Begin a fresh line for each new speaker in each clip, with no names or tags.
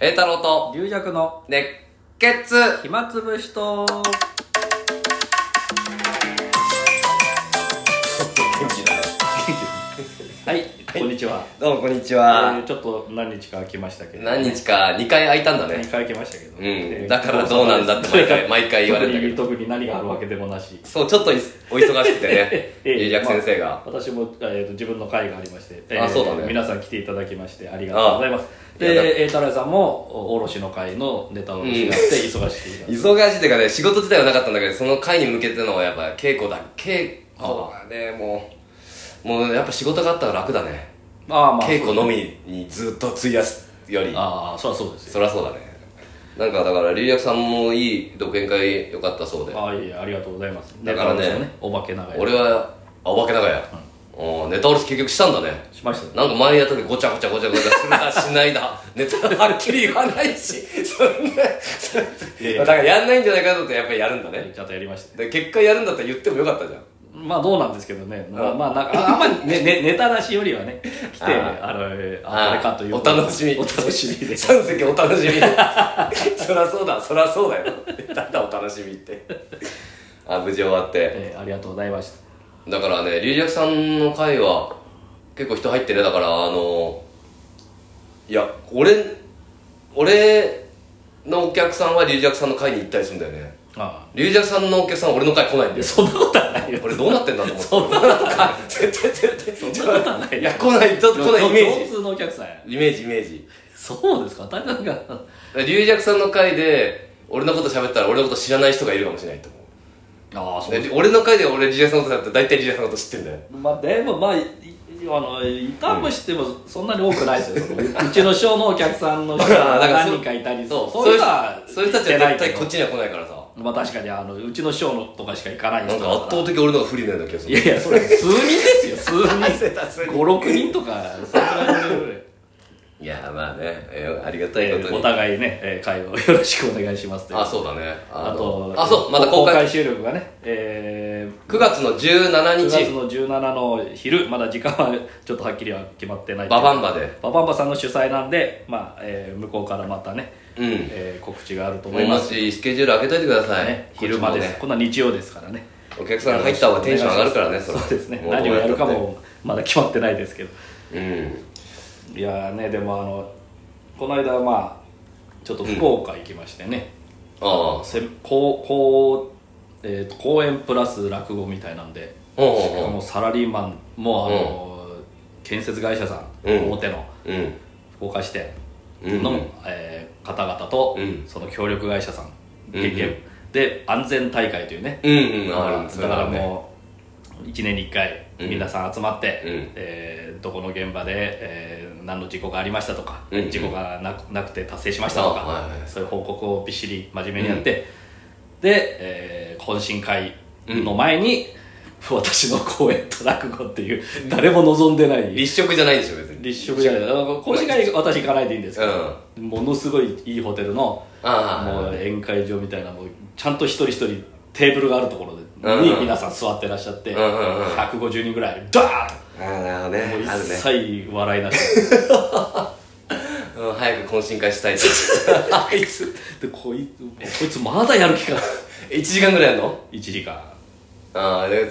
栄太郎と
龍弱の
熱血
暇つぶしとはいこんにちは、
どうもこんにち
え
は
ー、ちょっと何日か空きましたけど
何日か2回空いたんだ
何
ね
回空きましたけど、
うんだからどうなんだって毎回毎回言われるんだけど
ど特に特に何があるわけでもなし
そうちょっといお忙し くてね
ええ
龍尺先生が、
私も、えーと自分の会がありまして、え
あそうだね
皆さん来ていただきましてありがとうございます
ああいやだ
で栄太郎さんも卸の会のネタを失って忙しくていただい て
忙しいっていうかね仕事自体はなかったんだけどその回に向けてのやっぱ稽古だ稽古はねもうもうやっぱ仕事があったから楽だね
ああまあ
稽古のみにずっと費やすより
ああそりゃそうですよ
そりゃそうだねなんかだから龍薬さんもいい独演会良かったそうで
ああいえいえありがとうございます
だからね
ネタもお化け長い
俺はあお化けだからや、うん、ネタ下ろし結局したんだね
しましたね
なんか前やった時ごちゃごちゃごちゃごちゃするなしない だネタはっきり言わないしそんなそ
いや
ん
いや
なだからやんないんじゃないかと思ってやっぱりやるんだね
ちゃんとやりました
で結果やるんだったら言ってもよかったじゃん
まあどうなんですけどね、まあ、まあなんかああんまり、ねね、ネタ出しよりはね来て
あ
あのえーああれかという
お楽しみ
お楽しみで
三席お 楽しみそりゃそうだそりゃそうだよ なんだお楽しみ ってあ無事終わって
えーありがとうございました
だからね龍尺さんの回は結構人入ってねだからあのいや俺俺のお客さんは龍尺さんの回に行ったりするんだよね
あ
龍尺さんのお客さんは俺の回来ないんだ
あ
よ
そんなことはないよ
俺どうなってんだと思 って
そんなことはない
絶対絶対
そんなことはない
いや来ないちょっと来ないイメー
共通のお客さんや
ジイメージイメージ
そうですか大丈夫かな
龍尺さんの回で俺のこと喋ったら俺のこと知らない人がいるかもしれないと思う
ああそう
で俺の回で俺龍尺さんのことだったら大体龍尺さんのこと知ってんだよ
まあでもまあいいあのいたとしてもそんなに多くないですよ、うちのショーのお客さんの 人
あ
が
ーだからそ
何人かいたり
そう
そういう人は
そういう人たちは絶
行けない
対
けど
こっちには来ないからさ
まあ確かにあのうちの師匠のとかしか行かない人
なん
だ
か圧
ら
倒的俺の方が不利なんだけど
いやいやそれ数人ですよ数
数人数
人
人
56人とかそれくらいのレベル
いやまあね、えーありがたい
で
ことに、
お 互いねえー会をよろしくお願いしますという
あそうだね
あ
の
と
あそうまだ公
公
開
開収録がねえー
9月の17
9月
日
の17の昼まだ時間はちょっとはっきりは決まってない
ババンバで
ババンバさんの主催なんで、まあえー向こうからまたね、
うん
えー告知があると思
思
い
いま
ます
すしスケジュール開けといてください、
ね、昼間です、
こっち
こんな日曜ですからね
もねお客さん入った方がテンション上がるからね
そ
れ
うですね
も
何をやるか
どうやっ
もまだ決まってないですけど
たってうん
いやーねでもあのこの間まあちょっと福岡行きましてね、
ああ
せこうこう、えーと公演プラス落語みたいなんで
ほうほう
しかもサラリーマンもあの、建設会社さん、
うん
表の
ほううん
福岡支店
うん
の、えー方々と、
うん
その協力会社さん、
うん
経験で安全大会というね、
うんうん
まあ
ある
だからもう1年に1回
うん
皆さん集まって、
うん
えーどこの現場で、えー何の事故がありましたとか、
うん
事故がなくなくて達成しましたとか、
あはいはい
そういう報告をびっしり真面目にやって、で、えー懇親会の前に、私の公演と落語っていう誰も望んでない
立食じゃないでしょ別に
立食じゃないあの講師会私行かないでいいんですけど、ものすごいいいホテルの
ああ
もう宴会場みたいなもうちゃんと一人一人テーブルがあるところで、
うん
に皆さん座ってらっしゃって、
うんうんうん
150人ぐらいダーッ
ああなるほどね
もう一
あるね、
切笑 いなし、
うん、早く懇親会したいと
あいつでこいつもうこいつまだやる気か
1時間ぐらいやるの
1時間
ああで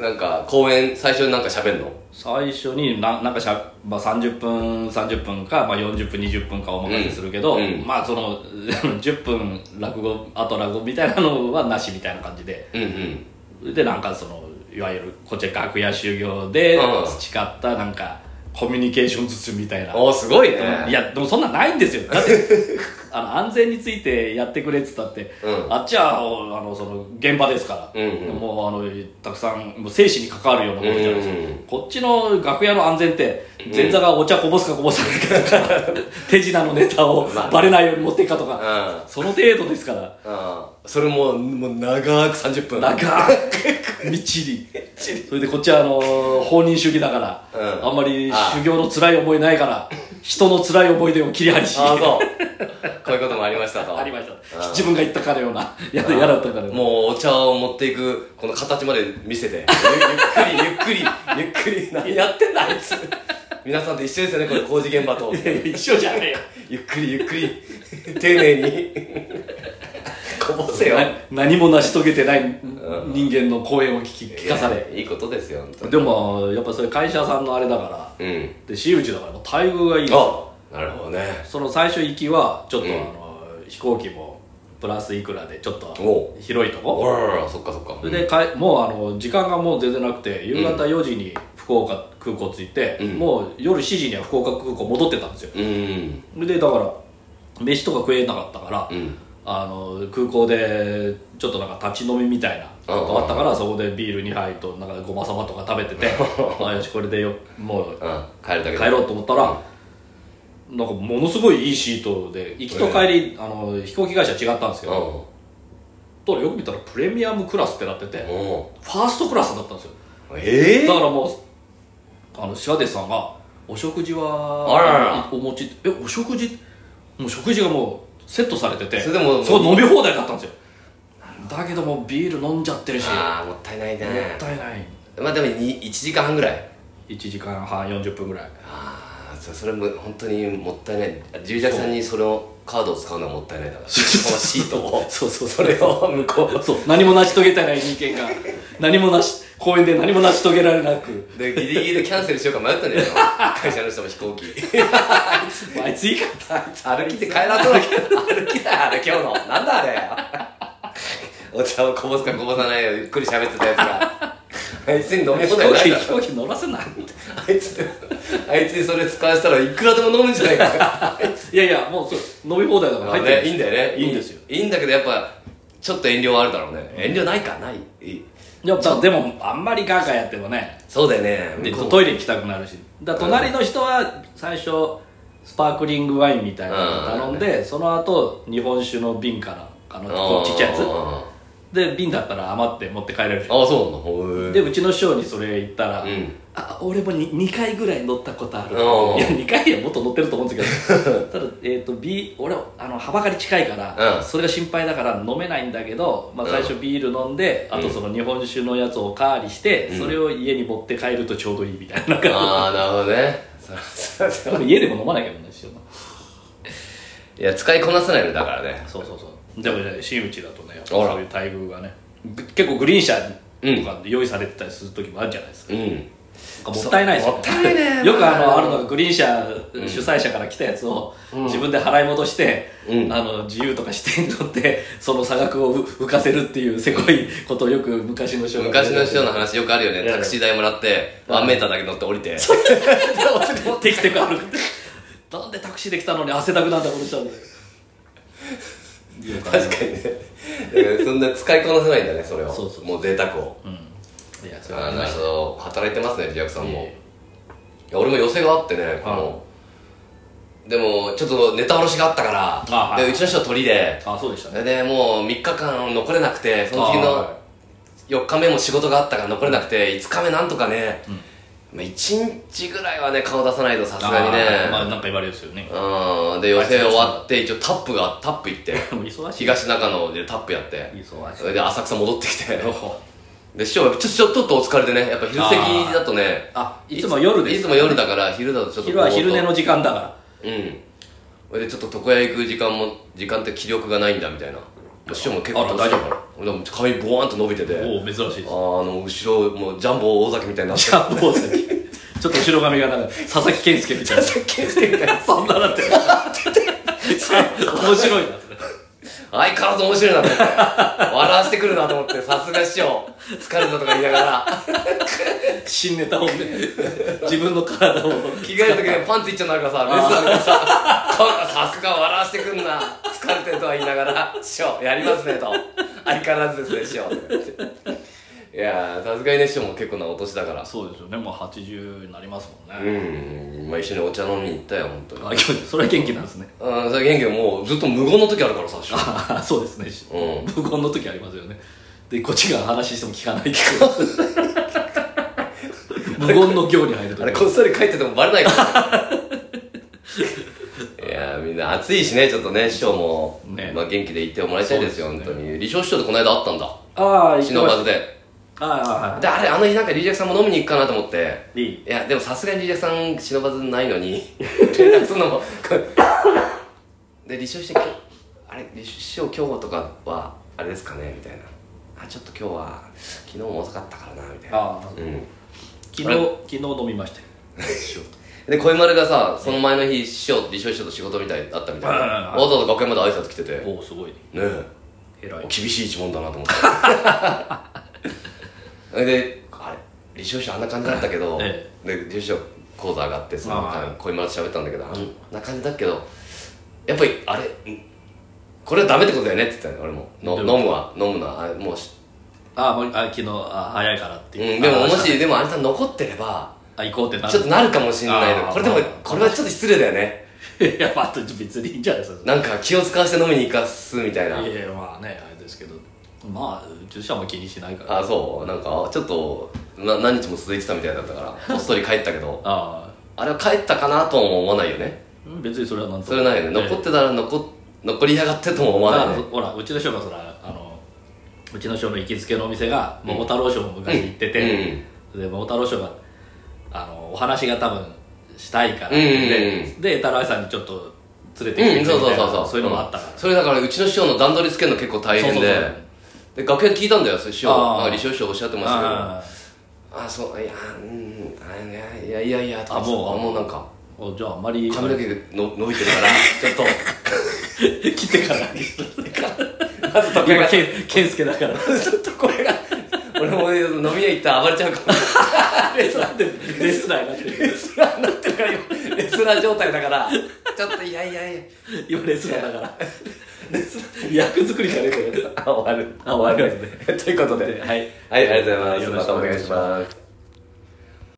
なんか公演最初になんか喋んの
最初にななんかしゃ、まあ、30分30分か、まあ、40分20分かお任せするけど、
うんうん
まあその 10分落語あと落語みたいなのはなしみたいな感じで
うんうん
でなんかそのいわゆるこっちは楽屋修行で
うん
培ったなんかコミュニケーション術みたいな、
おおすごいね
いやでもそんなんないんですよだって あの安全についてやってくれって言ったって、
うん
あっちはおあのその現場ですから、
うんうん
もうあのたくさんもう生死に関わるようなことじゃないですか、
うんうん
こっちの楽屋の安全って前座がお茶こぼすかこぼさないかとか、 手品のネタを
まあね
バレないように持っていくかとか、
うん
その程度ですから
ああそれももう長く30分
長くみっちりそれでこっちはあのー放任主義だから、
うん
あんまり
ああ
修行の辛い思いないから人の辛い思い出を切り張りし
ああそうこういうこともありましたと
ありました自分が言ったかのようなやだやだったからもう
もうお茶を持っていくこの形まで見せてゆゆっくりゆっくりゆっくり何やってんだあいつ皆さんと一緒ですよねこれ工事現場と
いやいや一緒じゃないよ
ゆっくりゆっくり丁寧に こぼせよ
な何も成し遂げてない人間の声を聞き聞かされ
いいことですよ本当に
でもやっぱそれ会社さんのあれだか
うん
らで私有地だからもう待遇がいいの
あなるほどね
その最初行きはちょっと、
うん
あの飛行機もプラスいくらでちょっと
お
広いとこ
おらららそっかそっか
それでかえもうあの時間がもう全然なくて夕方4時に福岡空港着いて、
うん
もう夜7時には福岡空港戻ってたんですよ
うん
それでだから飯とか食えなかったから、
うん
あの空港でちょっとなんか立ち飲みみたいなことあったからそこでビール2杯となんかごまさばとか食べて てあよしこれでよもう
うん帰るだけだ
帰ろうと思ったら、なんかものすごいいいシートで行きと帰り、あの飛行機会社違ったんですけ
うん
ど、ただよく見たらプレミアムクラスってなってて、フ
お
ァーストクラスだったんですよ
ええ
だからもうあのシャデさんが「お食事は
あららら
お持ち」えお食事もう食事がもうセットされてて
それでも
そう飲み放題だったんですよだけどもうビール飲んじゃってるしも
ああもったいないね
ったいない
まあでもに1時間半ぐらい
1時間半40分ぐらい
ああそそれも本当にもったいない十弱さんにそのカードを使うのはもったいないだからそのシートを
そうそうそ
それを向こう
そう何も成し遂げてない人 間が何もなし公園で何も成し遂げられなく
でギリギリでキャンセルしようか迷ったんじゃないの会社の人も飛行機
あいついいかった
歩きで帰らそうだけど歩きだよあれ今日のなんだあれお茶をこぼすかこぼさないよゆっくり喋ってたやつ があいつに飲み
飛
放題
行
ない
機
だ
飛
ろ
行機乗らせない
あいつあいつにそれ使わせたらいくらでも飲むんじゃない か
いやいやもうそう飲み放題だから入ってる
ねいいんだよね
いいんですよ
いいんだけどやっぱちょっと遠慮はあるだろうね遠慮ないかないいい
いやだでもあんまりガーガーやってもね
そうだよね
で
向こう
トイレ行きたくなるしだから隣の人は最初スパークリングワインみたいなのを頼んで、その後日本酒の瓶からあのこうちっちゃいや
あ
つで瓶だったら余って持って帰れるし
ーあーそうなんだほー
でうちの師匠にそれ言ったら
う
「
ん
あ俺も 2, 回ぐらい乗ったことある」い
おー
や2回はもっと乗ってると思うんですけ どただ、えー、と B 俺あの幅がり近いから、
うん
それが心配だから飲めないんだけど、まあ、最初ビール飲んで、あとその日本酒のやつをおかわりして、それを家に持って帰るとちょうどいいみたいな
ああなるほどねそうそうそう
でも家でも飲まなきゃいけないし
いや使いこなせないのだからね
そうそうそうでもね真打ちだとねやっぱ
あら
そういう待遇がねぶ結構グリーン車とかで用意されてたりする時もあるじゃないですか、
うん
なんかもったいないですよ、ね、
もったいないね
よくあのあるのがグリーン車主催者から来たやつを自分で払い戻して、
うん
あの自由とか視点取ってその差額をう浮かせるっていうせこいことをよく昔の人が
昔の人 の話よくあるよ
い
ね
や
タクシー代もらって
はい
ワンメーターだけ乗って降りて
テクテク歩くってなんでタクシーで来たのに汗だくなんだこの 人は
確かにねだからそんな使いこなせないんだねそれを
そうそう
もう贅沢を
いやそれは
あ
あり
な
ま
る
し
ほ
た
ど働いてますねリアクさんもい
いえい
や俺も寄せがあってねこのでもちょっとネタ卸しがあったか
あは
ら
い
でうちの人は鳥で
あそうでした
そ
ね
れでもう3日間残れなくてその次
あー
の4日目も仕事があったから残れなくて5日目なんとかね、まあ1日ぐらいはね顔出さないとさすがにね
あーまあなんか言われるんですよね
うんで予選終わって一応タップがタップ行って
でも忙しい
東中野でタップやって
忙し
それ
い
で浅草戻ってきてで師匠はちょちょちょっとお疲れでねやっぱ昼席だとね
あいつも夜です
いつも夜だから昼だとちょっと
昼は昼寝の時間だから
うんそれでちょっと床屋行く時間も時間って気力がないんだみたいな師匠も結構
あら
年だからでも髪ボワーンと伸びてて
おお珍しい
あーあの後ろもうジャンボ大崎みたいに なって
ジャンボ大崎ちょっと後ろ髪がなんか佐々木健介みたいな佐々木健介みたいなそんななってる面白いなそれ
相変わらず面白いなと思って笑わせてくるなと思ってさすが師匠疲れたとか言いながら
新ネタをね自分の体を
着替える時にパンツいっちゃうなるからさレスだからささすが笑わせてくんな疲れてるとは言いながら「師匠やりますね」と「相変わらずですね師匠」いやーさすがにね師匠も結構なお年だから
そうですよねもう80になりますもん
う
ね、
ん、まあ、一緒にお茶飲みに行ったよ本当に
あ今日それは元気なんですね
うんそれ元気もうずっと無言の時あるからさ師匠
あそうですね、
うん
無言の時ありますよねでこっちが話しても聞かないって いう無言の行に入る
あ
と
れこっそり帰っててもバレないから、ね、いやーみんな暑いしねちょっとね師匠も、
ね
まあ、元気で行ってもらいたいですよ
そうですね
本当に李承師匠とこの間会ったんだ
ああ
忍ばずで
あ
であれあの日なんかリュウジャクさんも飲みに行くかなと思って
あいい
いやでもさすがにリュウジャクさん忍ばずないの に連絡するのもで立証してきあれ立証今日とかはあれですかねみたいなあちょっと今日は昨日も遅かったからなみたいな
ああ
うん
昨日
あれ
昨日飲みましたよ
で小丸がさその前の日師匠立証師匠と仕事みたいだったみたいな
はいはいはい
わざわざ楽屋まで挨拶来ててね
おおすごいね
え
偉い
厳しい一問だなと思っ てであれ理事長師匠あんな感じだったけど、
え
で理事長講座上がってその
ああ
小今と喋ったんだけどあんな感じだけどやっぱりあれんこれはダメってことだよねって言ったのよ俺もの
どういうこと
飲むは飲むのはあれもうし、
ああもうあ昨日あ早いからって
う
い
ん、
う
でも
あ
もしでもあれさ残ってれば
あ行こうってな
ちょっとなるかもしんない
あ
の
あ
これでも
まあ
これはちょっと失礼だよね
いやまあ別にいいんじゃないですか
なんか気を使わせて飲みに行かすみたいない
やいやまあねあれですけどまあ女子はも気にしないからあ
あそうなんかちょっとな何日も続いてたみたいだったからこっそり帰ったけど
あ
あれは帰ったかなとも思わないよね
うん別にそれはなんと
それはないよね残ってたら残残りやがってとも思わ
だか
な
ら
い
そ
ね
ほらうちの師匠がそらあのうちの師匠の行きつけのお店が桃太郎師匠も昔行ってて、で桃太郎師匠があのお話が多分したいからって言って、
うんうん
で太郎愛さんにちょっと連れてきてくれ
うん
み
そうそ
た
う
い
そ
な
うそう
そういうのもあったから、
それだからうちの師匠の段取りつけるの結構大変で
そうそうそう
で楽屋で聞いたんだよそれ師匠
あ
な
ー
んか李承師匠おっしゃってましたけどあ
あ
ーそういやうんあいやいやいやいやとか
あもう
あもうなんか
あおじゃああんまり
髪の毛の伸びてるからちょっと
切ってからにしといて
まず時計
今
が
けん健介 だからちょっとこれが
俺も飲み屋行ったら暴れちゃうかも
レスラーでレスラーになってる
レスラーになってるから今レスラー状態だからちょっといやいやいや
今レスラーだからレスラー役作りじゃねえかよ
あ終わる
あ終わりますね
ということで
はい
はいありがとうございます
よろ
ま
しく
た
お
お
願
願い
いし
し
ま
ます